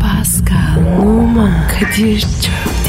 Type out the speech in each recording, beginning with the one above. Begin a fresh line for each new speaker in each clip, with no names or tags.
Pascal, Oman, Kadir çok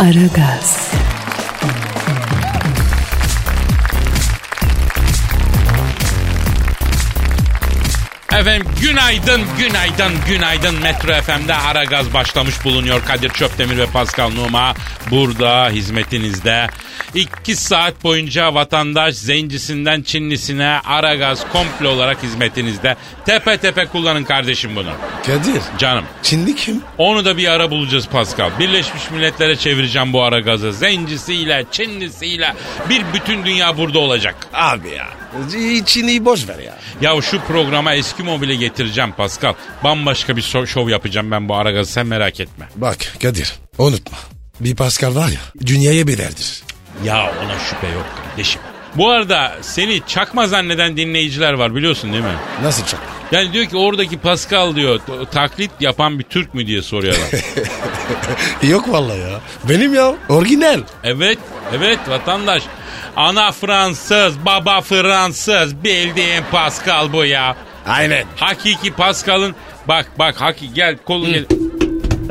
Aragaz,
Efendim günaydın, günaydın, günaydın. Metro FM'de ara gaz başlamış bulunuyor. Kadir Çöptemir ve Pascal Numa burada hizmetinizde. İki saat boyunca vatandaş zencisinden Çinlisine ara gaz komple olarak hizmetinizde. Tepe tepe kullanın kardeşim bunu.
Kadir.
Canım.
Çinli kim?
Onu da bir ara bulacağız Pascal. Birleşmiş Milletler'e çevireceğim bu ara gazı. Zencisiyle, Çinlisiyle bir bütün dünya burada olacak.
Abi ya. Çinli'yi boş ver ya.
Ya şu programa Eskimo bile getireceğim Pascal. Bambaşka bir so- şov yapacağım ben bu Aragaz'ı sen merak etme.
Bak Kadir unutma. Bir Pascal var ya dünyaya bedeldir.
Ya ona şüphe yok kardeşim. Bu arada seni çakma zanneden dinleyiciler var biliyorsun değil mi?
Nasıl çok?
Yani diyor ki oradaki Pascal diyor t- taklit yapan bir Türk mü diye soruyorlar.
Yok vallahi ya. Benim ya orijinal.
evet evet vatandaş. Ana Fransız baba Fransız bildiğin Pascal bu ya.
Aynen.
Hakiki Pascal'ın bak bak haki gel kolu gel.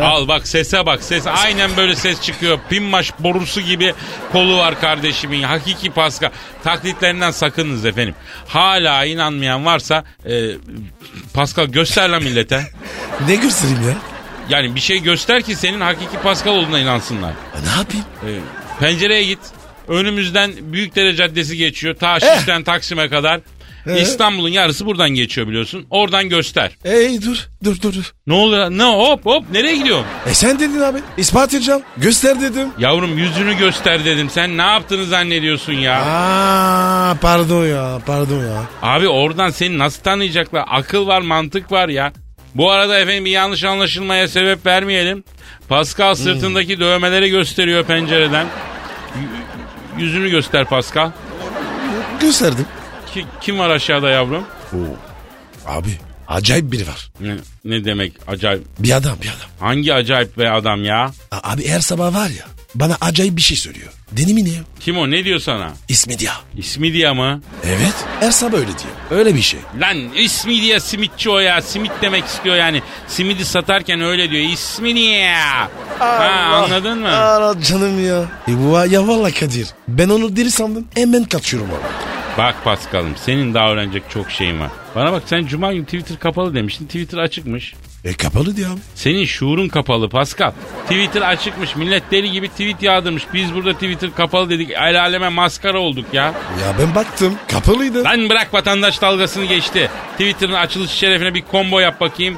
Al bak sese bak ses aynen böyle ses çıkıyor. Pinmaş borusu gibi kolu var kardeşimin. Hakiki Pascal. Taklitlerinden sakınınız efendim. Hala inanmayan varsa e, Pascal göster lan millete.
Ne göstereyim ya?
Yani bir şey göster ki senin hakiki Pascal olduğuna inansınlar.
E, Ne yapayım?
E, pencereye git. Önümüzden Büyükdere Caddesi geçiyor. Ta Şiş'ten Taksim'e kadar.
Eh.
İstanbul'un yarısı buradan geçiyor biliyorsun. Oradan göster.
Ey dur dur dur. dur.
Ne olur ne hop hop nereye gidiyorsun?
E sen dedin abi. İspat edeceğim. Göster dedim.
Yavrum yüzünü göster dedim. Sen ne yaptığını zannediyorsun ya?
Aa pardon ya pardon ya.
Abi oradan seni nasıl tanıyacaklar? Akıl var mantık var ya. Bu arada efendim bir yanlış anlaşılmaya sebep vermeyelim. Pascal sırtındaki dövmeleri gösteriyor pencereden. Y- Yüzünü göster Pascal.
Gösterdim.
Ki- kim var aşağıda yavrum?
Abi acayip biri var.
Ne, ne demek acayip?
Bir adam bir adam.
Hangi acayip be adam ya?
A- abi her sabah var ya bana acayip bir şey söylüyor. Deli mi ne ya?
Kim o ne diyor sana?
İsmi diye.
İsmi diye mi?
Evet her sabah öyle diyor. Öyle bir şey.
Lan ismi diye simitçi o ya. Simit demek istiyor yani. Simidi satarken öyle diyor. İsmi niye ya? Ha, anladın mı?
Aa, canım ya. E, va- ya valla Kadir ben onu deli sandım hemen kaçıyorum abi.
Bak Paskal'ım senin daha öğrenecek çok şeyin var. Bana bak sen Cuma günü Twitter kapalı demiştin. Twitter açıkmış.
E kapalı diyor abi.
Senin şuurun kapalı Pascal. Twitter açıkmış. Millet deli gibi tweet yağdırmış. Biz burada Twitter kapalı dedik. El aleme maskara olduk ya.
Ya ben baktım kapalıydı.
Lan bırak vatandaş dalgasını geçti. Twitter'ın açılış şerefine bir combo yap bakayım.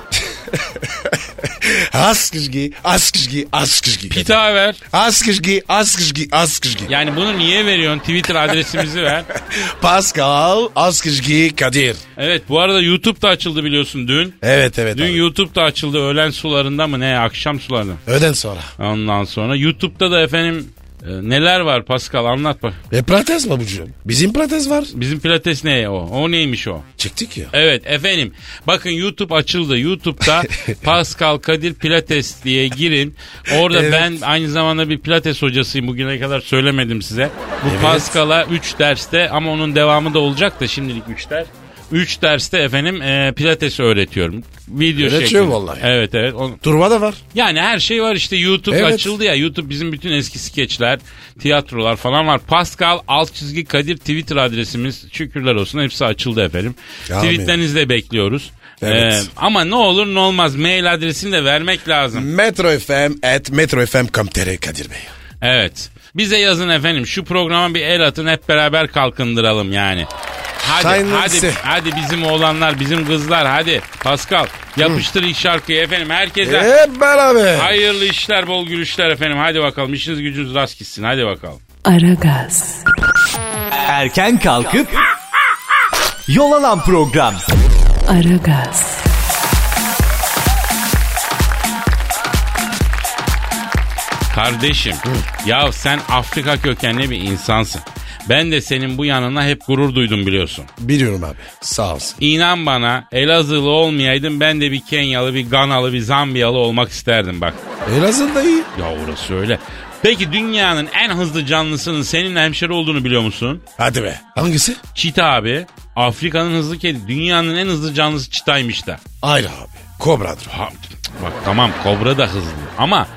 Az kışkı az kışkı az kışkı.
Pita ver.
Az kışkı az kışkı az kışkı.
Yani bunu niye veriyorsun? Twitter adresimizi ver.
Pascal az kışkı Kadir.
Evet bu arada YouTube da açıldı biliyorsun dün.
Evet evet
Dün
abi.
YouTube da açıldı öğlen sularında mı ne akşam sularında.
Öden sonra.
Ondan sonra YouTube'da da efendim e, neler var Pascal anlat bak.
E protez mi bucuğum? Bizim protez var.
Bizim pilates ne o? O neymiş o?
Çıktık ya.
Evet efendim bakın YouTube açıldı. YouTube'da Pascal Kadir Pilates diye girin. Orada
Evet.
ben aynı zamanda bir pilates hocasıyım. Bugüne kadar söylemedim size. Bu Pascal'a 3 derste ama onun devamı da olacak da şimdilik 3 ders. 3 derste efendim e, pilates öğretiyorum. Video
Öğretiyor
şeklinde.
vallahi.
Evet evet. O-
Turba da var.
Yani her şey var işte YouTube
Evet.
açıldı ya. YouTube bizim bütün eski skeçler, tiyatrolar falan var. Pascal alt çizgi Kadir Twitter adresimiz. Şükürler olsun hepsi açıldı efendim.
Amin.
Tweetlerinizi de bekliyoruz.
Evet.
Ee, ama ne olur ne olmaz mail adresini de vermek lazım.
Metro FM at metrofm.com.tr Kadir Bey.
Evet. Bize yazın efendim. Şu programa bir el atın hep beraber kalkındıralım yani. Hadi
Sayın
hadi
Hulusi.
hadi bizim oğlanlar, bizim kızlar hadi. Pascal yapıştır ilk şarkıyı efendim. Herkese
Hep beraber.
Hayırlı işler, bol gülüşler efendim. Hadi bakalım işiniz gücünüz rast gitsin. Hadi bakalım.
Aragaz,
Erken kalkıp yol alan program.
Aragaz,
Kardeşim ya sen Afrika kökenli bir insansın. Ben de senin bu yanına hep gurur duydum biliyorsun.
Biliyorum abi. Sağ olsun.
İnan bana Elazığlı olmayaydım ben de bir Kenyalı, bir Ganalı, bir Zambiyalı olmak isterdim bak.
Elazığ'da iyi.
Ya orası öyle. Peki dünyanın en hızlı canlısının senin hemşeri olduğunu biliyor musun?
Hadi be. Hangisi?
Çita abi. Afrika'nın hızlı kedi. Dünyanın en hızlı canlısı çitaymış da.
Hayır abi. Kobradır.
Ha, bak tamam kobra da hızlı ama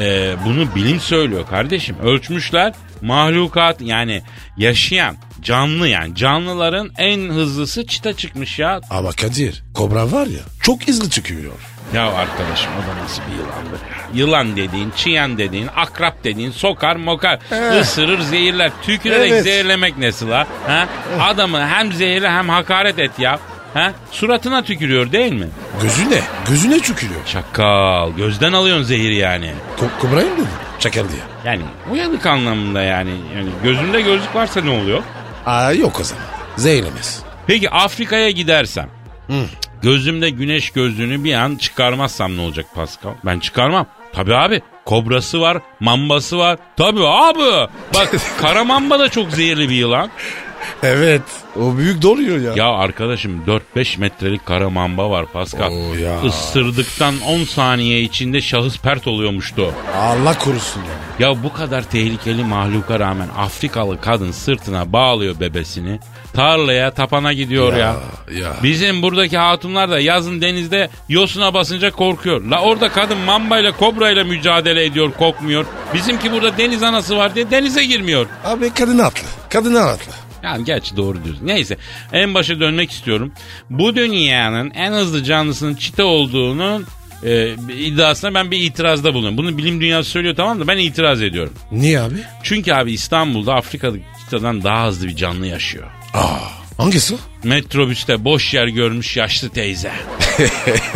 e, bunu bilim söylüyor kardeşim. Ölçmüşler mahlukat yani yaşayan canlı yani canlıların en hızlısı çita çıkmış ya.
Ama Kadir kobra var ya çok hızlı çıkıyor.
Ya arkadaşım o da nasıl bir yılandır ya. Yılan dediğin, çiyan dediğin, akrap dediğin sokar mokar, ısırır zehirler. Tükürerek
Evet.
zehirlemek nasıl ha? ha? Adamı hem zehirle hem hakaret et ya. Ha? Suratına tükürüyor değil mi?
Gözüne. Gözüne çıkıyor.
Çakal gözden alıyorsun zehiri yani.
Ko- kobrayı mı dedin? Çakal diye.
Yani uyanık anlamında yani. yani gözünde gözlük varsa ne oluyor?
Aa yok o zaman. Zehirlemez.
Peki Afrika'ya gidersem gözümde güneş gözlüğünü bir an çıkarmazsam ne olacak Pascal? Ben çıkarmam. Tabii abi. Kobrası var, mambası var. Tabii abi. Bak kara mamba da çok zehirli bir yılan.
Evet. O büyük doluyor
Ya arkadaşım 4-5 metrelik kara mamba var Pascal.
Oo ya.
Isırdıktan 10 saniye içinde şahıs pert oluyormuştu.
Allah korusun ya.
Ya bu kadar tehlikeli mahluka rağmen Afrikalı kadın sırtına bağlıyor bebesini. Tarlaya tapana gidiyor ya.
ya.
Bizim buradaki hatunlar da yazın denizde yosuna basınca korkuyor. La orada kadın mambayla kobrayla mücadele ediyor korkmuyor. Bizimki burada deniz anası var diye denize girmiyor.
Abi kadına atla. Kadına atla.
Yani gerçi doğru diyorsun. Neyse en başa dönmek istiyorum. Bu dünyanın en hızlı canlısının çita olduğunun e, iddiasına ben bir itirazda bulunuyorum. Bunu bilim dünyası söylüyor tamam da ben itiraz ediyorum.
Niye abi?
Çünkü abi İstanbul'da Afrika'da çitadan daha hızlı bir canlı yaşıyor.
Aa. Hangisi?
Metrobüste boş yer görmüş yaşlı teyze.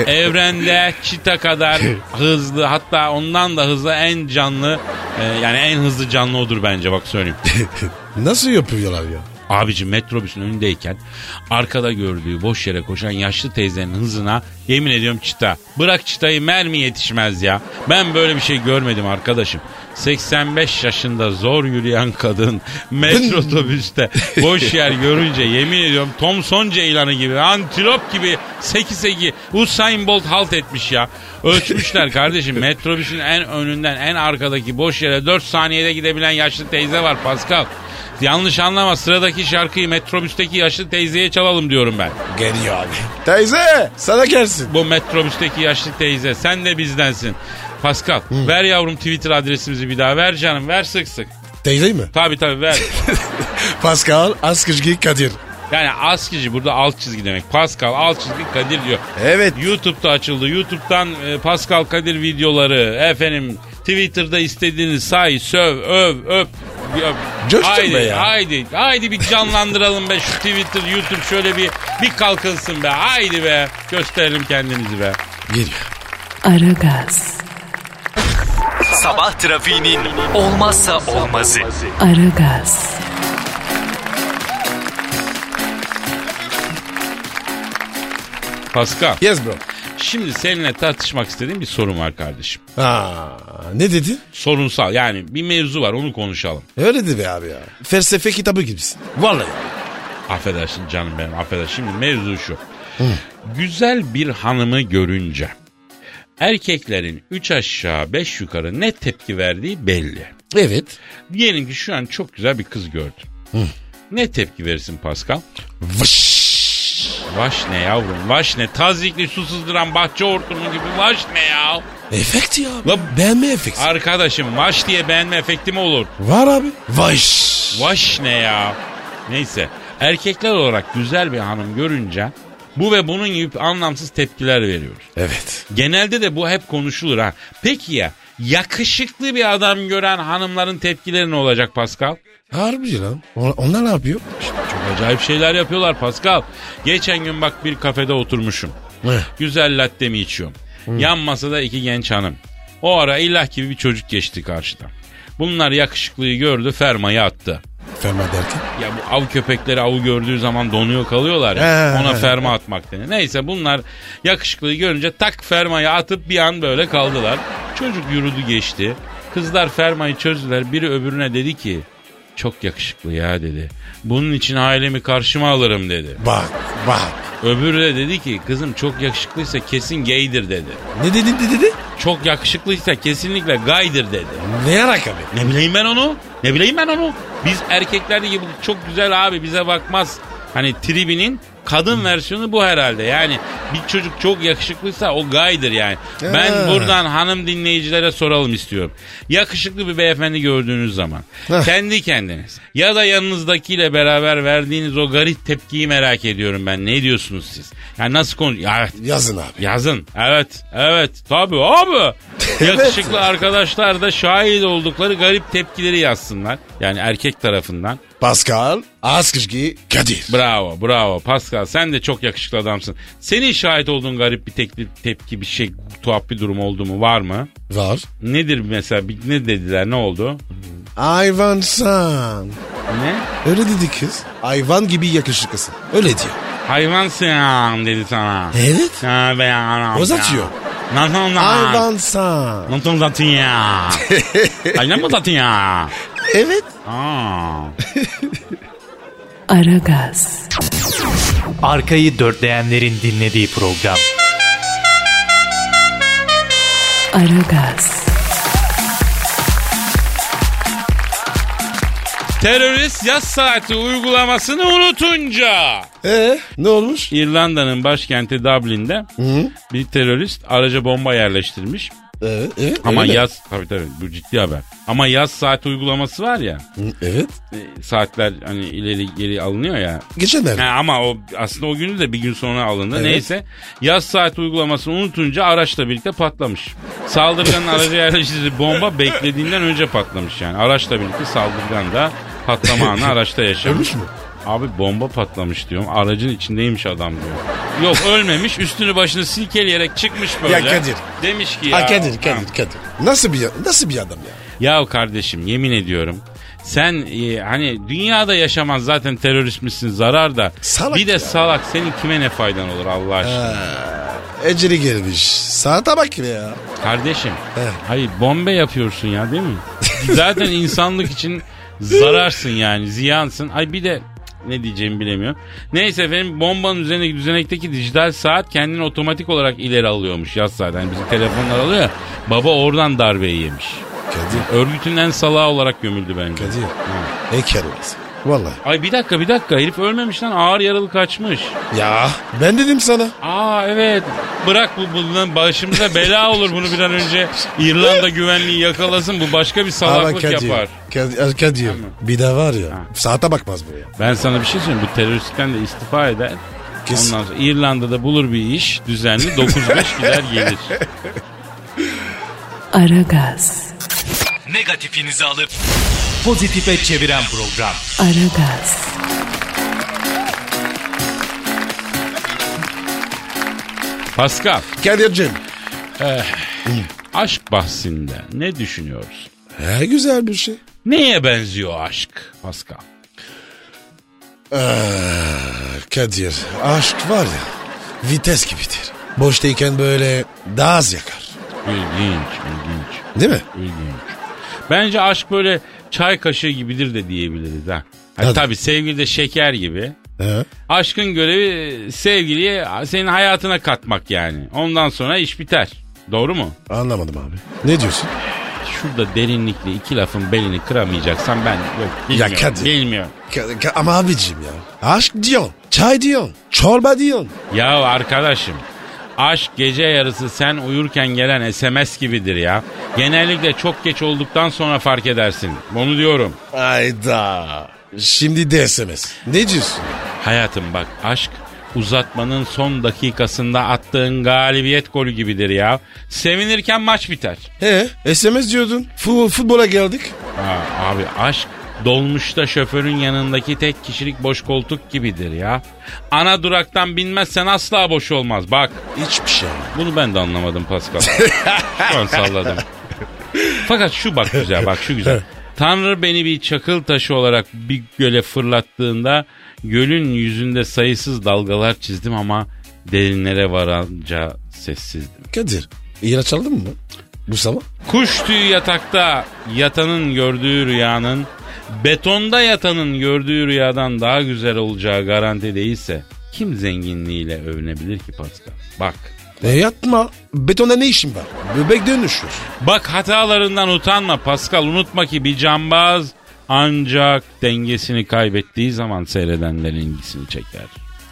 Evrende çita kadar hızlı hatta ondan da hızlı en canlı e, yani en hızlı canlı odur bence bak söyleyeyim.
Nasıl yapıyorlar ya?
Abici metrobüsün önündeyken arkada gördüğü boş yere koşan yaşlı teyzenin hızına yemin ediyorum çita. Bırak çitayı mermi yetişmez ya. Ben böyle bir şey görmedim arkadaşım. 85 yaşında zor yürüyen kadın metro otobüste boş yer görünce yemin ediyorum Thomson ceylanı gibi antilop gibi seki seki Usain Bolt halt etmiş ya. Ölçmüşler kardeşim metrobüsün en önünden en arkadaki boş yere 4 saniyede gidebilen yaşlı teyze var Pascal. Yanlış anlama sıradaki şarkıyı metrobüsteki yaşlı teyzeye çalalım diyorum ben.
Geliyor abi. Teyze sana gelsin.
Bu metrobüsteki yaşlı teyze sen de bizdensin. Pascal ver yavrum Twitter adresimizi bir daha ver canım ver sık sık.
Teyze mi?
Tabi tabi ver.
Pascal Askışgi Kadir.
yani askici burada alt çizgi demek. Pascal alt çizgi Kadir diyor.
Evet.
YouTube'da açıldı. YouTube'dan e, Pascal Kadir videoları efendim Twitter'da istediğiniz say, söv, öv, öp. bir öp.
Coştun
haydi,
be ya.
Haydi, haydi bir canlandıralım be şu Twitter, YouTube şöyle bir bir kalkınsın be. Haydi be. Gösterelim kendimizi be.
Geliyor.
Aragaz,
Sabah trafiğinin olmazsa olmazı.
Aragaz,
Pascal.
Yes bro.
Şimdi seninle tartışmak istediğim bir sorun var kardeşim.
Aa, ne dedin?
Sorunsal yani bir mevzu var onu konuşalım.
Öyle de be abi ya. Felsefe kitabı gibisin. Vallahi.
Affedersin canım benim affedersin. Şimdi mevzu şu. Güzel bir hanımı görünce erkeklerin 3 aşağı 5 yukarı ne tepki verdiği belli.
Evet.
Diyelim ki şu an çok güzel bir kız gördün. Ne tepki verirsin Pascal?
Vış.
Vaş ne yavrum vaş ne tazikli su sızdıran bahçe hortumu gibi vaş ne ya?
Efekt ya.
La-
beğenme efekti.
Arkadaşım vaş diye beğenme efekti mi olur?
Var abi. Vış.
Vaş ne ya? Neyse erkekler olarak güzel bir hanım görünce bu ve bunun gibi anlamsız tepkiler veriyoruz.
Evet.
Genelde de bu hep konuşulur ha. Peki ya yakışıklı bir adam gören hanımların tepkileri ne olacak Pascal?
Harbi lan. On- Onlar ne yapıyor?
Çok acayip şeyler yapıyorlar Pascal. Geçen gün bak bir kafede oturmuşum.
Heh.
Güzel lattemi içiyorum. Yan masada iki genç hanım. O ara ilah gibi bir çocuk geçti karşıdan. Bunlar yakışıklıyı gördü fermayı attı.
Ferma derken.
Ya bu av köpekleri avı gördüğü zaman donuyor kalıyorlar ya.
He,
Ona
he,
ferma atmak deniyor. Neyse bunlar yakışıklıyı görünce tak fermayı atıp bir an böyle kaldılar. Çocuk yürüdü geçti. Kızlar fermayı çözdüler. Biri öbürüne dedi ki çok yakışıklı ya dedi. Bunun için ailemi karşıma alırım dedi.
Bak bak.
Öbürü de dedi ki kızım çok yakışıklıysa kesin gaydir dedi.
Ne dedin ne dedi?
Çok yakışıklıysa kesinlikle gaydır dedi.
Ne alaka be?
Ne bileyim ben onu? Ne bileyim ben onu? Biz erkeklerde gibi çok güzel abi bize bakmaz. Hani tribinin kadın versiyonu bu herhalde. Yani bir çocuk çok yakışıklıysa o gaydır yani. Ben
Ha.
buradan hanım dinleyicilere soralım istiyorum. Yakışıklı bir beyefendi gördüğünüz zaman
Heh.
kendi kendiniz ya da yanınızdakiyle beraber verdiğiniz o garip tepkiyi merak ediyorum ben. Ne diyorsunuz siz? Ya nasıl konu? Ya evet.
Yazın abi.
Yazın. Evet. Evet. Tabii abi. Yakışıklı arkadaşlar da şahit oldukları garip tepkileri yazsınlar. Yani erkek tarafından.
Pascal Askışki Kadir.
Bravo. Bravo. Pascal sen de çok yakışıklı adamsın. Senin şahit olduğun garip bir tekli, tepki bir şey tuhaf bir durum oldu mu var mı?
Var.
Nedir mesela? Bir- Ne dediler? Ne oldu?
Hayvan sen.
Ne?
Öyle dedi kız. Hayvan gibi yakışıklısın. Öyle diyor.
Hayvansın dedi sana.
Evet.
Ha be anam.
Boz atıyor.
Nasıl lan?
Hayvan sen.
Nasıl uzatın ya? Ay ne mi uzatın ya?
Evet.
Aa.
Aragaz,
Arkayı dörtleyenlerin dinlediği program.
Aragaz,
Terörist yaz saati uygulamasını unutunca
Ee, ne olmuş?
İrlanda'nın başkenti Dublin'de bir terörist araca bomba yerleştirmiş.
Ee, evet,
Ama
öyle.
yaz tabii tabii bu ciddi haber. Ama yaz saati uygulaması var ya.
Hı, Evet.
e, Saatler hani ileri geri alınıyor ya.
Geçenler.
Ha, ama o aslında o günü de bir gün sonra alındı.
Evet.
Neyse yaz saati uygulamasını unutunca araçla birlikte patlamış. Saldırganın araca yerleştirdiği bomba beklediğinden önce patlamış yani. Araçla birlikte saldırgan da patlama anı araçta yaşamış.
Ölmüş mü?
Abi bomba patlamış diyorum. Aracın içindeymiş adam diyor. Yok ölmemiş üstünü başını silkeleyerek çıkmış böyle.
Ya Kadir.
Demiş ki ya.
Ha, Kadir,
Ha.
Kadir, Kadir. Nasıl bir, nasıl bir adam ya?
Ya kardeşim yemin ediyorum. Sen e, hani dünyada yaşaman zaten terörist misin zarar da.
Salak
bir de
ya.
salak senin kime ne faydan olur Allah aşkına.
Eceli gelmiş. Saate bak ya.
Kardeşim
Evet.
hayır bombe yapıyorsun ya değil mi? zaten insanlık için zararsın yani ziyansın. Ay bir de ne diyeceğimi bilemiyorum. Neyse efendim bombanın üzerindeki düzenekteki dijital saat kendini otomatik olarak ileri alıyormuş yaz zaten. Yani bizim telefonlar alıyor ya. Baba oradan darbeyi yemiş.
Kadir,
Örgütün en salağı olarak gömüldü bence.
Kadir. Heykel olmaz. Vallahi.
Ay bir dakika bir dakika herif ölmemiş lan ağır yaralı kaçmış.
Ya ben dedim sana.
Aa evet bırak bu bundan başımıza bela olur bunu bir an önce İrlanda güvenliği yakalasın bu başka bir
Ama
salaklık
Kadir,
yapar.
Kadir, er, Kadir. bir de var ya saate bakmaz bu ya.
Ben sana bir şey söyleyeyim bu teröristlikten de istifa eder.
Kesin.
Ondan sonra İrlanda'da bulur bir iş düzenli 9-5 gider gelir.
Aragaz,
Negatifinizi alıp pozitife çeviren program.
Aragaz,
Pascal
Kadir'cim.
aşk bahsinde ne düşünüyorsun?
He, güzel bir şey.
Neye benziyor aşk Pascal?
Kadir aşk var ya vites gibidir. Boştayken böyle daha az yakar.
İlginç ilginç.
Değil mi?
İlginç. Bence aşk böyle çay kaşığı gibidir de diyebiliriz ha. Hani
Hadi.
tabii sevgili de şeker gibi.
He.
Aşkın görevi e, sevgiliye senin hayatına katmak yani. Ondan sonra iş biter. Doğru mu?
Anlamadım abi. Ne diyorsun?
Şurada derinlikli iki lafın belini kıramayacaksan ben yok bilmiyorum.
Ya Kadir.
bilmiyorum.
Ka- ka- ama abicim ya. Aşk diyorsun. Çay diyorsun. Çorba diyorsun.
Ya arkadaşım aşk gece yarısı sen uyurken gelen SMS gibidir ya. Genellikle çok geç olduktan sonra fark edersin. Bunu diyorum.
Ayda. Şimdi de SMS. Ne diyorsun?
Hayatım bak aşk uzatmanın son dakikasında attığın galibiyet golü gibidir ya. Sevinirken maç biter.
He SMS diyordun. Fu- futbola geldik.
Ha, abi aşk dolmuşta şoförün yanındaki tek kişilik boş koltuk gibidir ya. Ana duraktan binmezsen asla boş olmaz bak.
Hiçbir şey.
Bunu ben de anlamadım Pascal. şu an salladım. Fakat şu bak güzel bak şu güzel. Tanrı beni bir çakıl taşı olarak bir göle fırlattığında gölün yüzünde sayısız dalgalar çizdim ama derinlere varanca sessizdim.
Kadir. ilaç aldın mı? Bu sabah.
Kuş tüyü yatakta yatanın gördüğü rüyanın betonda yatanın gördüğü rüyadan daha güzel olacağı garanti değilse kim zenginliğiyle övünebilir ki Pascal? Bak.
E yatma. Betonda ne işin var? Böbrek dönüşür.
Bak hatalarından utanma Pascal. Unutma ki bir cambaz ancak dengesini kaybettiği zaman seyredenlerin ilgisini çeker.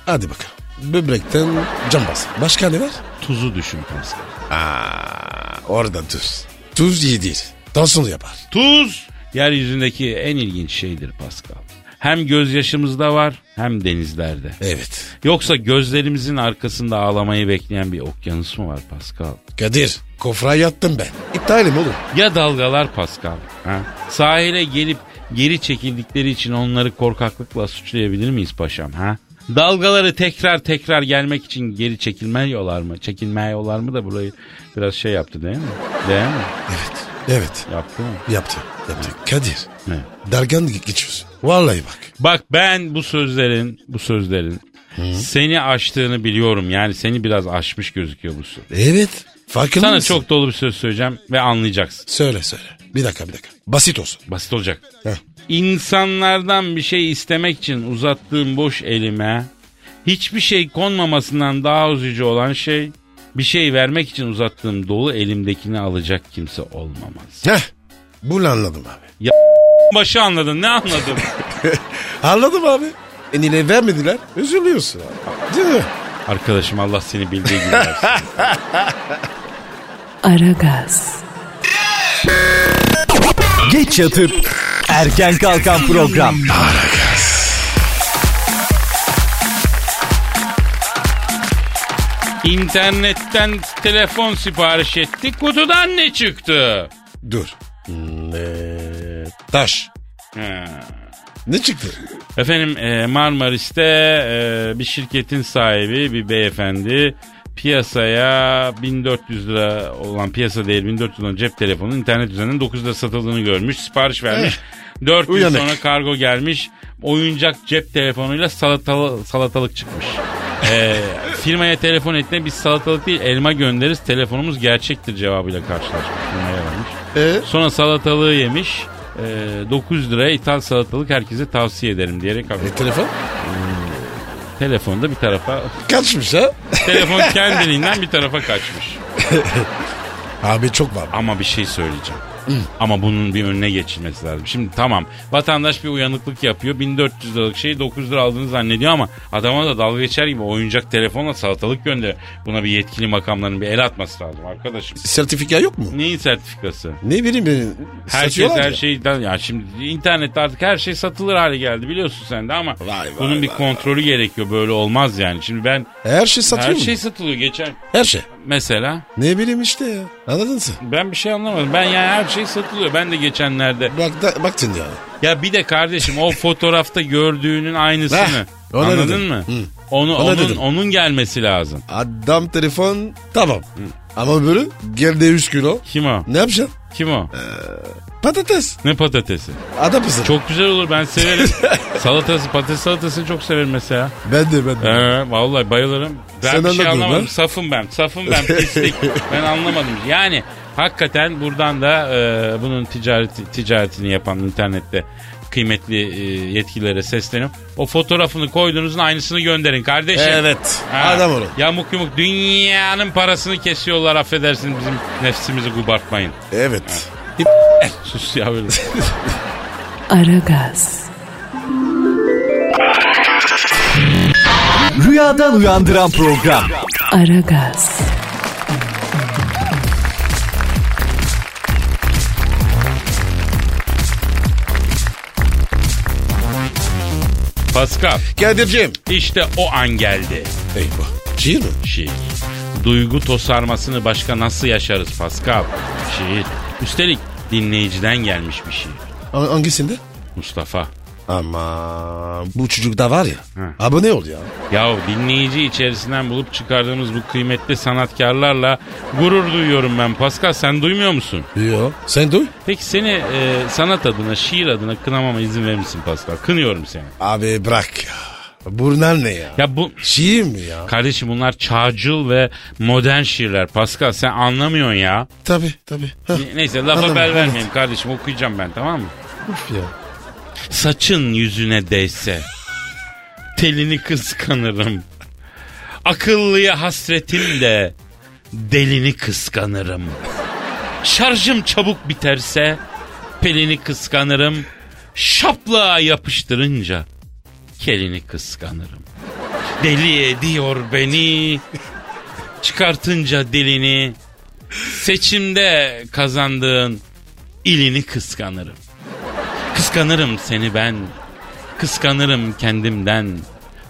Hadi bakalım. Böbrekten cambaz. Başka ne var?
Tuzu düşün Pascal.
Aa, orada tuz. Tuz yedir. Tansiyonu yapar.
Tuz yeryüzündeki en ilginç şeydir Pascal. Hem gözyaşımızda var hem denizlerde.
Evet.
Yoksa gözlerimizin arkasında ağlamayı bekleyen bir okyanus mu var Pascal?
Kadir. Kofra yattım ben. İptalim oğlum.
Ya dalgalar Pascal? Ha? Sahile gelip geri çekildikleri için onları korkaklıkla suçlayabilir miyiz paşam? Ha? Dalgaları tekrar tekrar gelmek için geri çekilmiyorlar mı? Çekilmiyorlar mı da burayı biraz şey yaptı değil mi? Değil mi?
Evet. Evet.
Yaptı mı?
Yaptı. Yaptı. Kadir.
Ne?
Dargan geçiyorsun. Vallahi bak.
Bak ben bu sözlerin bu sözlerin seni aştığını biliyorum. Yani seni biraz aşmış gözüküyor bu söz.
Evet. Farkında
Sana
mısın?
çok dolu bir söz söyleyeceğim ve anlayacaksın.
Söyle söyle. Bir dakika bir dakika. Basit olsun.
Basit olacak.
Heh.
İnsanlardan bir şey istemek için uzattığım boş elime hiçbir şey konmamasından daha üzücü olan şey bir şey vermek için uzattığım dolu elimdekini alacak kimse olmaması.
Heh. Bunu anladım abi.
Başı anladın ne anladın?
Anladım abi. Enine vermediler. Üzülüyorsun abi. Değil mi?
Arkadaşım Allah seni bildiği gibi versin.
Aragaz,
Geç yatıp erken kalkan program.
İnternetten telefon sipariş ettik kutudan ne çıktı?
Dur. Hmm, ee, taş.
He.
Ne çıktı?
Efendim e, Marmaris'te e, bir şirketin sahibi bir beyefendi piyasaya 1400 lira olan piyasa değeri 1400 olan cep telefonu internet üzerinden 9 lira satıldığını görmüş sipariş vermiş. 4 gün
uyanık.
sonra kargo gelmiş oyuncak cep telefonuyla salatalı, salatalık çıkmış. E, firmaya telefon ettiğinde biz salatalık değil elma göndeririz telefonumuz gerçektir cevabıyla karşılaşmış. Firmaya vermiş. Sonra salatalığı yemiş. Ee, 9 liraya ithal salatalık herkese tavsiye ederim diyerek abi.
E, telefon?
Telefonda bir tarafa,
Kaçmış ha?
telefon kendiliğinden bir tarafa kaçmış.
Abi çok var.
Ama bir şey söyleyeceğim. Ama bunun bir önüne geçilmesi lazım. Şimdi tamam vatandaş bir uyanıklık yapıyor. 1400 liralık şeyi 9 lira aldığını zannediyor ama adama da dalga geçer gibi oyuncak telefonla salatalık gönder. Buna bir yetkili makamların bir el atması lazım arkadaşım.
Sertifika yok mu?
Neyin sertifikası?
Ne bileyim ben.
Herkes
satıyorlar
her şey.
ya.
şeyden ya şimdi internette artık her şey satılır hale geldi biliyorsun sen de ama
vay,
bunun bir
vay,
kontrolü gerekiyor böyle olmaz yani. Şimdi ben
Her şey satıyor
her
mu?
şey satılıyor geçen
Her şey.
mesela
Ne bileyim işte ya. Anladın sen.
ben bir şey anlamadım. Ben yani her şey satılıyor. Ben de geçenlerde
Bak, da, baktın yani.
ya bir de kardeşim o fotoğrafta gördüğünün aynısını
Heh, ona
anladın
dedim.
mı?
Hı.
Onu
Ona
onun
dedim.
onun gelmesi lazım.
Adam telefon tamam. Ama böyle geride 100 kilo.
Kim o?
Ne yapacaksın?
Kim o?
Patates.
Ne patatesi?
Adam mısın?
Çok güzel olur ben severim. salatası patates salatasını çok severim mesela.
Ben de ben de.
Ee, vallahi bayılırım. Ben
Sen
bir şey
anladın
anlamadım.
lan.
Safım ben. Safım ben. Pislik. ben anlamadım. Yani hakikaten buradan da e, bunun ticareti, ticaretini yapan internette kıymetli e, yetkililere sesleniyorum. O fotoğrafını koyduğunuzun aynısını gönderin kardeşim.
Evet.
Ha,
Adam olun.
Yamuk yumuk dünyanın parasını kesiyorlar affedersin bizim nefsimizi gubartmayın.
Evet.
Sus ya böyle.
Aragaz,
Rüyadan uyandıran program.
Aragaz,
Pascal
Kadir'cim.
işte o an geldi.
Eyvah. Şiir mi?
Şiir. Duygu tosarmasını başka nasıl yaşarız Pascal? Şiir. Üstelik dinleyiciden gelmiş bir şiir.
Ha- Hangisinde?
Mustafa.
Ama bu çocuk da var ya. Abone ol ya.
Yahu dinleyici içerisinden bulup çıkardığımız bu kıymetli sanatkarlarla gurur duyuyorum ben Pascal. Sen duymuyor musun?
Yo. Sen duy.
Peki seni e, sanat adına, şiir adına kınamama izin verir misin Pascal? Kınıyorum seni.
Abi bırak ya. Bunlar ne ya?
Ya bu
Şiir mi ya?
kardeşim bunlar çağcıl ve modern şiirler. Pascal sen anlamıyorsun ya.
Tabi tabi.
Ne- Neyse lafa
Anladım,
bel
evet.
vermeyeyim kardeşim okuyacağım ben tamam mı?
ya.
Saçın yüzüne değse telini kıskanırım. Akıllıya hasretim de delini kıskanırım. Şarjım çabuk biterse pelini kıskanırım. Şaplığa yapıştırınca kelini kıskanırım. Deli ediyor beni. Çıkartınca dilini seçimde kazandığın ilini kıskanırım. Kıskanırım seni ben. Kıskanırım kendimden.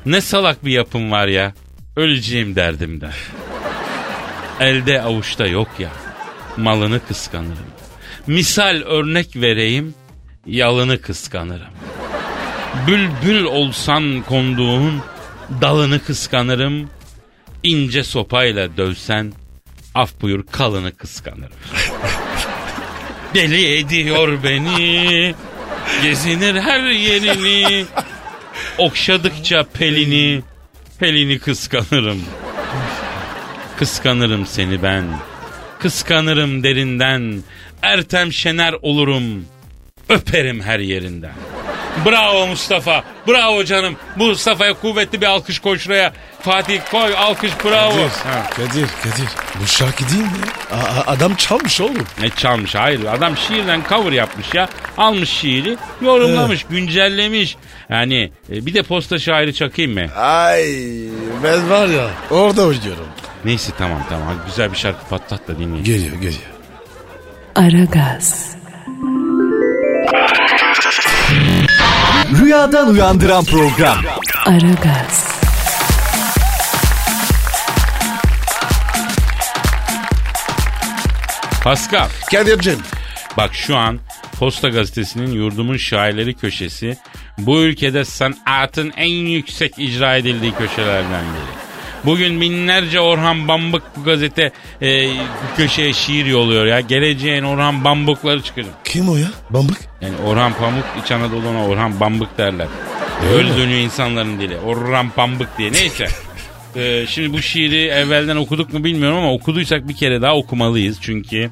Ne salak bir yapım var ya. Öleceğim derdimden. Elde avuçta yok ya. Malını kıskanırım. Misal örnek vereyim. Yalını kıskanırım. Bülbül olsan konduğun dalını kıskanırım. İnce sopayla dövsen af buyur kalını kıskanırım. Deli ediyor beni. Gezinir her yerini. Okşadıkça pelini, pelini kıskanırım. Kıskanırım seni ben. Kıskanırım derinden. Ertem Şener olurum. Öperim her yerinden. Bravo Mustafa. Bravo canım. Mustafa'ya kuvvetli bir alkış koy şuraya. Fatih koy alkış bravo.
Kadir,
Ha.
Kadir, Kadir. Bu şarkı değil mi? A- a- adam çalmış oğlum.
Ne çalmış hayır adam şiirden cover yapmış ya. Almış şiiri yorumlamış güncellemiş. Yani e, bir de posta şairi çakayım mı?
Ay ben var ya orada oynuyorum.
Neyse tamam tamam Hadi güzel bir şarkı patlat da dinleyin.
Geliyor geliyor.
Aragaz,
Rüyadan uyandıran program.
Aragaz,
Pascal
Kadir'cim.
bak şu an Posta Gazetesi'nin yurdumun şairleri köşesi bu ülkede sanatın en yüksek icra edildiği köşelerden biri. Bugün binlerce Orhan Pamuk bu gazete e, bu köşeye şiir yolluyor ya. Geleceğin Orhan Pamukları çıkacak.
Kim o ya? Bambık.
Yani Orhan Pamuk İç Anadolu'na Orhan Bambık derler. Öyle dönüyor insanların dili. Orhan Pambık diye. Neyse. Ee, şimdi bu şiiri evvelden okuduk mu bilmiyorum ama okuduysak bir kere daha okumalıyız. Çünkü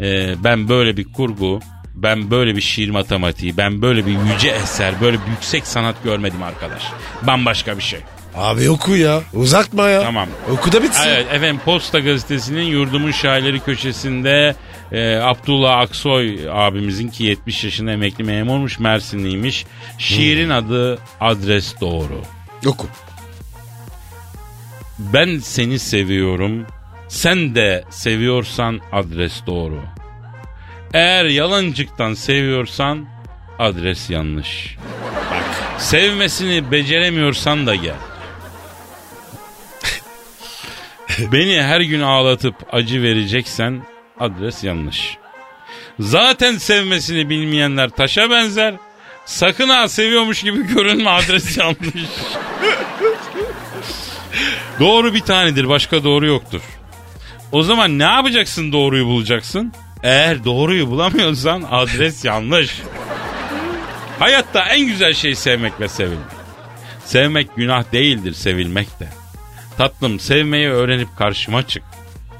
e, ben böyle bir kurgu, ben böyle bir şiir matematiği, ben böyle bir yüce eser, böyle bir yüksek sanat görmedim arkadaş. Bambaşka bir şey.
Abi oku ya. Uzatma ya.
Tamam.
Oku da bitsin.
Evet, efendim Posta Gazetesi'nin yurdumun şairleri köşesinde e, Abdullah Aksoy abimizin ki 70 yaşında emekli memurmuş Mersinliymiş. Şiirin adı Adres Doğru.
Oku.
Ben seni seviyorum. Sen de seviyorsan adres doğru. Eğer yalancıktan seviyorsan adres yanlış. Bak sevmesini beceremiyorsan da gel. Beni her gün ağlatıp acı vereceksen adres yanlış. Zaten sevmesini bilmeyenler taşa benzer. Sakın ha seviyormuş gibi görünme adres yanlış. Doğru bir tanedir başka doğru yoktur. O zaman ne yapacaksın doğruyu bulacaksın? Eğer doğruyu bulamıyorsan adres yanlış. Hayatta en güzel şey sevmek ve sevilmek. Sevmek günah değildir sevilmek de. Tatlım sevmeyi öğrenip karşıma çık.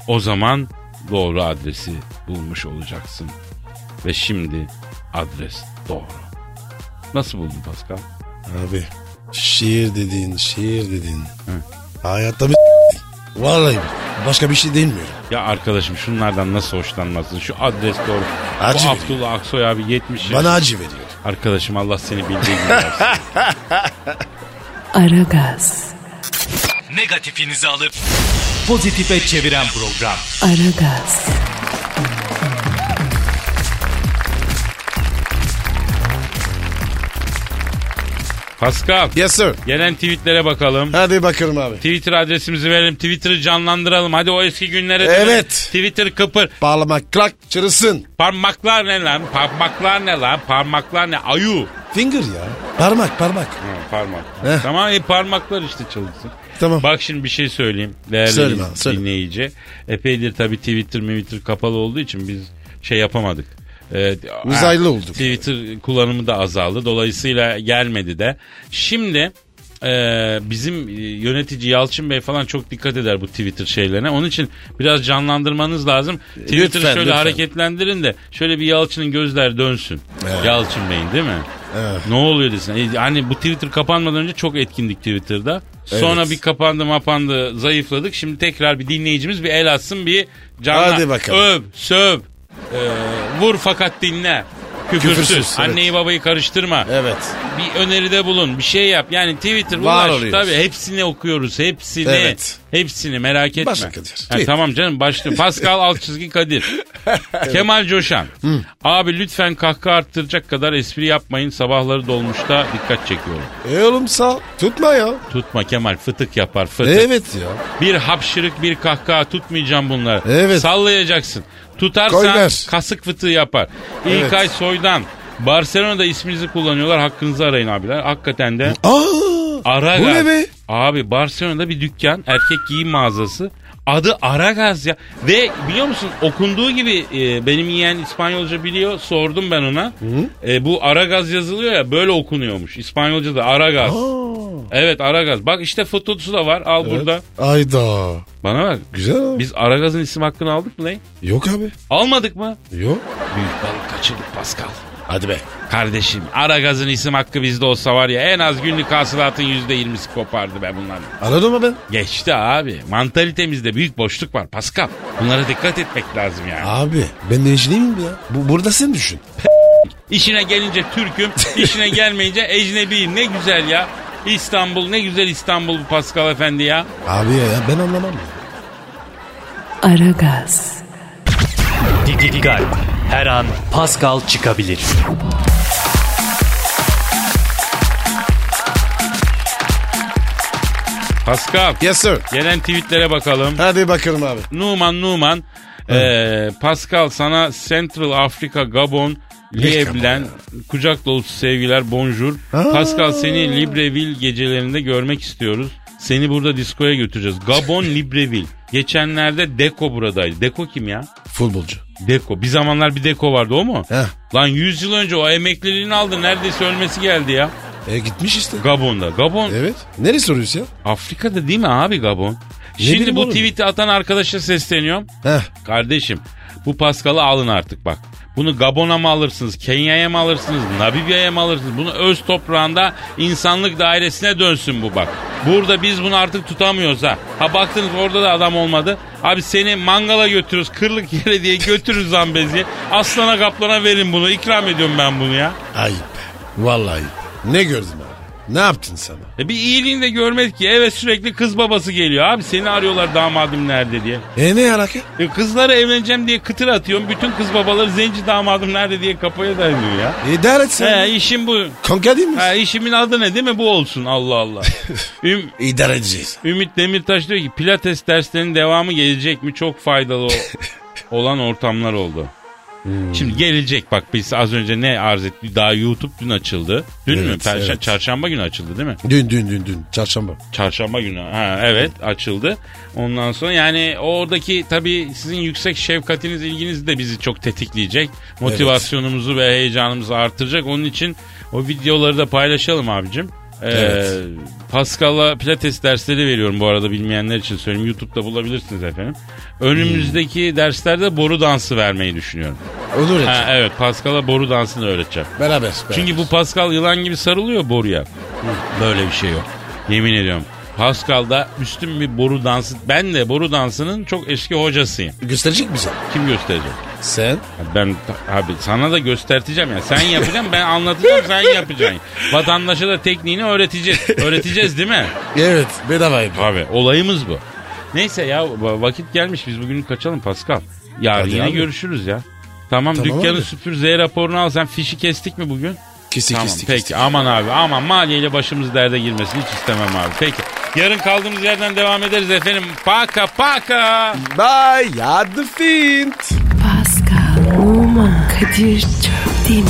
O zaman doğru adresi bulmuş olacaksın. Ve şimdi adres doğru. Nasıl buldun Pascal?
Abi şiir dedin, şiir dedin. Hayatta bir Vallahi bak, başka bir şey demiyorum.
Ya arkadaşım şunlardan nasıl hoşlanmazsın? Şu adres doğru.
Acı
Bu
veriyor.
Abdullah Aksoy abi 70 yaş.
Bana acı veriyor.
Arkadaşım Allah seni bildiği gibi versin.
Aragaz,
Negatifinizi alıp pozitife çeviren program.
Aragaz,
Pascal.
Yes sir.
Gelen tweetlere bakalım.
Hadi bakalım abi.
Twitter adresimizi verelim. Twitter'ı canlandıralım. Hadi o eski günlere dönelim.
Evet.
Twitter kıpır.
Bağlamak klak çırısın.
Parmaklar ne lan? Parmaklar ne lan? Parmaklar ne? Ayu.
Finger ya. Parmak parmak.
Ha, parmak.
Heh.
Tamam e, parmaklar işte çalışsın.
Tamam.
Bak şimdi bir şey söyleyeyim. Değerli
Söyle lan, söyle.
dinleyici. Epeydir tabii Twitter, Twitter kapalı olduğu için biz şey yapamadık. Ee,
Uzaylı
ha,
olduk.
Twitter kullanımı da azaldı. Dolayısıyla gelmedi de. Şimdi e, bizim e, yönetici Yalçın Bey falan çok dikkat eder bu Twitter şeylerine. Onun için biraz canlandırmanız lazım. Twitter'ı şöyle
lütfen.
hareketlendirin de şöyle bir Yalçın'ın gözler dönsün. Yalçın Bey'in değil mi? Ne oluyor desin. E, hani bu Twitter kapanmadan önce çok etkindik Twitter'da. Sonra bir kapandı mapandı zayıfladık. Şimdi tekrar bir dinleyicimiz bir el atsın bir canla.
Hadi bakalım.
Öv, söv, e, vur fakat dinle. Küfürsüz.
Küfürsüz, evet.
Anneyi babayı karıştırma
Evet.
bir öneride bulun, bir şey yap. Yani Twitter
Var
ulaş.
oluyoruz.
Tabii hepsini okuyoruz, hepsini.
Evet.
Hepsini merak etme.
Başla Kadir.
Ha, tamam canım başla. Pascal alt çizgi Kadir. Kemal Coşan. Abi lütfen kahkaha arttıracak kadar espri yapmayın. Sabahları dolmuşta dikkat çekiyorum.
E oğlum sağ. Tutma ya.
Tutma Kemal fıtık yapar fıtık.
Evet ya.
Bir hapşırık bir kahkaha tutmayacağım bunları.
Evet.
Sallayacaksın. Tutarsan
Koy ver.
kasık fıtığı yapar.
Evet.
İlkay Soydan. Barcelona'da isminizi kullanıyorlar. Hakkınızı arayın abiler. Hakikaten de
Aa.
Aragaz.
Bu ne be?
Abi Barcelona'da bir dükkan, erkek giyim mağazası. Adı Aragaz ya. Ve biliyor musun okunduğu gibi e, benim yeğen İspanyolca biliyor. Sordum ben ona. E, bu Aragaz yazılıyor ya böyle okunuyormuş. İspanyolca'da Aragaz. Evet Aragaz. Bak işte fotosu da var. Al burada.
Ayda.
Bana bak.
Güzel ha.
Biz Aragaz'ın isim hakkını aldık mı lan?
Yok abi.
Almadık mı?
Yok.
Büyük balık kaçırdık Pascal.
Hadi be.
Kardeşim Aragaz'ın isim hakkı bizde olsa var ya en az günlük hasılatın %20'si kopardı be bunların.
Aradım mı ben?
Geçti abi. Mantalitemizde büyük boşluk var Pascal. Bunlara dikkat etmek lazım yani.
Abi ben denizci miyim ya? Bu, burada sen düşün.
İşine gelince Türk'üm, işine gelmeyince ecnebiyim. Ne güzel ya. İstanbul ne güzel İstanbul bu Pascal Efendi ya.
Abi ya, ya ben anlamam ya.
Aragaz,
Didi Digal. Her an Pascal çıkabilir.
Pascal
Yes sir.
gelen tweetlere bakalım.
Hadi bakalım abi.
Numan Numan. eee, Pascal sana Central Afrika Gabon Lieblen kucak dolusu sevgiler bonjour. Pascal seni Libreville gecelerinde görmek istiyoruz. Seni burada diskoya götüreceğiz. Gabon Libreville. Geçenlerde Deko buradaydı. Deko kim ya?
Futbolcu.
Deko. Bir zamanlar bir Deko vardı o mu?
Heh.
Lan 100 yıl önce o emekliliğini aldı. Neredeyse ölmesi geldi ya.
E gitmiş işte.
Gabon'da. Gabon
Evet. Neresi soruyorsun ya?
Afrika'da değil mi abi Gabon? Şimdi
bileyim
bu
oğlum.
tweet'i atan arkadaşa sesleniyorum.
Heh.
Kardeşim bu Paskal'ı alın artık bak. Bunu Gabon'a mı alırsınız, Kenya'ya mı alırsınız, Namibya'ya mı alırsınız? Bunu öz toprağında insanlık dairesine dönsün bu bak. Burada biz bunu artık tutamıyoruz ha. Ha baktınız orada da adam olmadı. Abi seni mangala götürürüz, kırlık yere diye götürürüz zambeziye. Aslana kaplana verin bunu, ikram ediyorum ben bunu ya.
Ayıp. Vallahi ayıp. Ne gördün abi? Ne yaptın sana?
E bir iyiliğini de görmedik ki. Eve sürekli kız babası geliyor. Abi seni arıyorlar damadım nerede diye.
E ne alaka?
E kızlara evleneceğim diye kıtır atıyorum. Bütün kız babaları zenci damadım nerede diye kapıya dayanıyor ya.
E idare et sen.
He işim bu.
Kanka değil mi?
He işimin adı ne değil mi? Bu olsun Allah Allah. Üm-
İdare edeceğiz.
Ümit Demirtaş diyor ki pilates derslerinin devamı gelecek mi? Çok faydalı o- olan ortamlar oldu.
Hmm.
Şimdi gelecek bak biz az önce ne arz ettik? Daha YouTube dün açıldı. Dün mü?
Evet,
Perşem-
evet.
Çarşamba günü açıldı değil mi?
Dün dün dün dün. Çarşamba.
Çarşamba günü. Ha, evet açıldı. Ondan sonra yani oradaki tabii sizin yüksek şefkatiniz, ilginiz de bizi çok tetikleyecek. Motivasyonumuzu ve heyecanımızı artıracak. Onun için o videoları da paylaşalım abicim. Ee,
Evet.
Pascal'a pilates dersleri veriyorum bu arada bilmeyenler için söyleyeyim. Youtube'da bulabilirsiniz efendim. Önümüzdeki derslerde boru dansı vermeyi düşünüyorum.
Olur et.
Ha, evet Pascal'a boru dansını öğreteceğim.
Beraber. beraber.
Çünkü bu Pascal yılan gibi sarılıyor boruya. Böyle bir şey yok. Yemin ediyorum. Pascal'da üstün bir boru dansı. Ben de boru dansının çok eski hocasıyım.
gösterecek misin?
Kim gösterecek?
Sen?
Ya Ben abi sana da gösterteceğim ya. Sen yapacaksın ben anlatacağım sen yapacaksın. Vatandaşa da tekniğini öğreteceğiz. Öğreteceğiz değil mi?
Evet. Bedava yapıyor.
Abi olayımız bu. Neyse ya va- vakit gelmiş biz bugün kaçalım Pascal. Yarın
Hadi
yine
abi.
görüşürüz ya. Tamam,
Tamam
dükkanı
abi.
süpür Z raporunu al sen fişi kestik mi bugün?
Kesik
Tamam
kesik.
peki
kesik.
aman abi aman maliyeyle başımız derde girmesin hiç istemem abi peki. Yarın kaldığımız yerden devam ederiz efendim. Paka paka.
Bay Yardı Fint.
Pascal, Oman, Aman Kadir çok değil mi?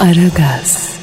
Aragaz.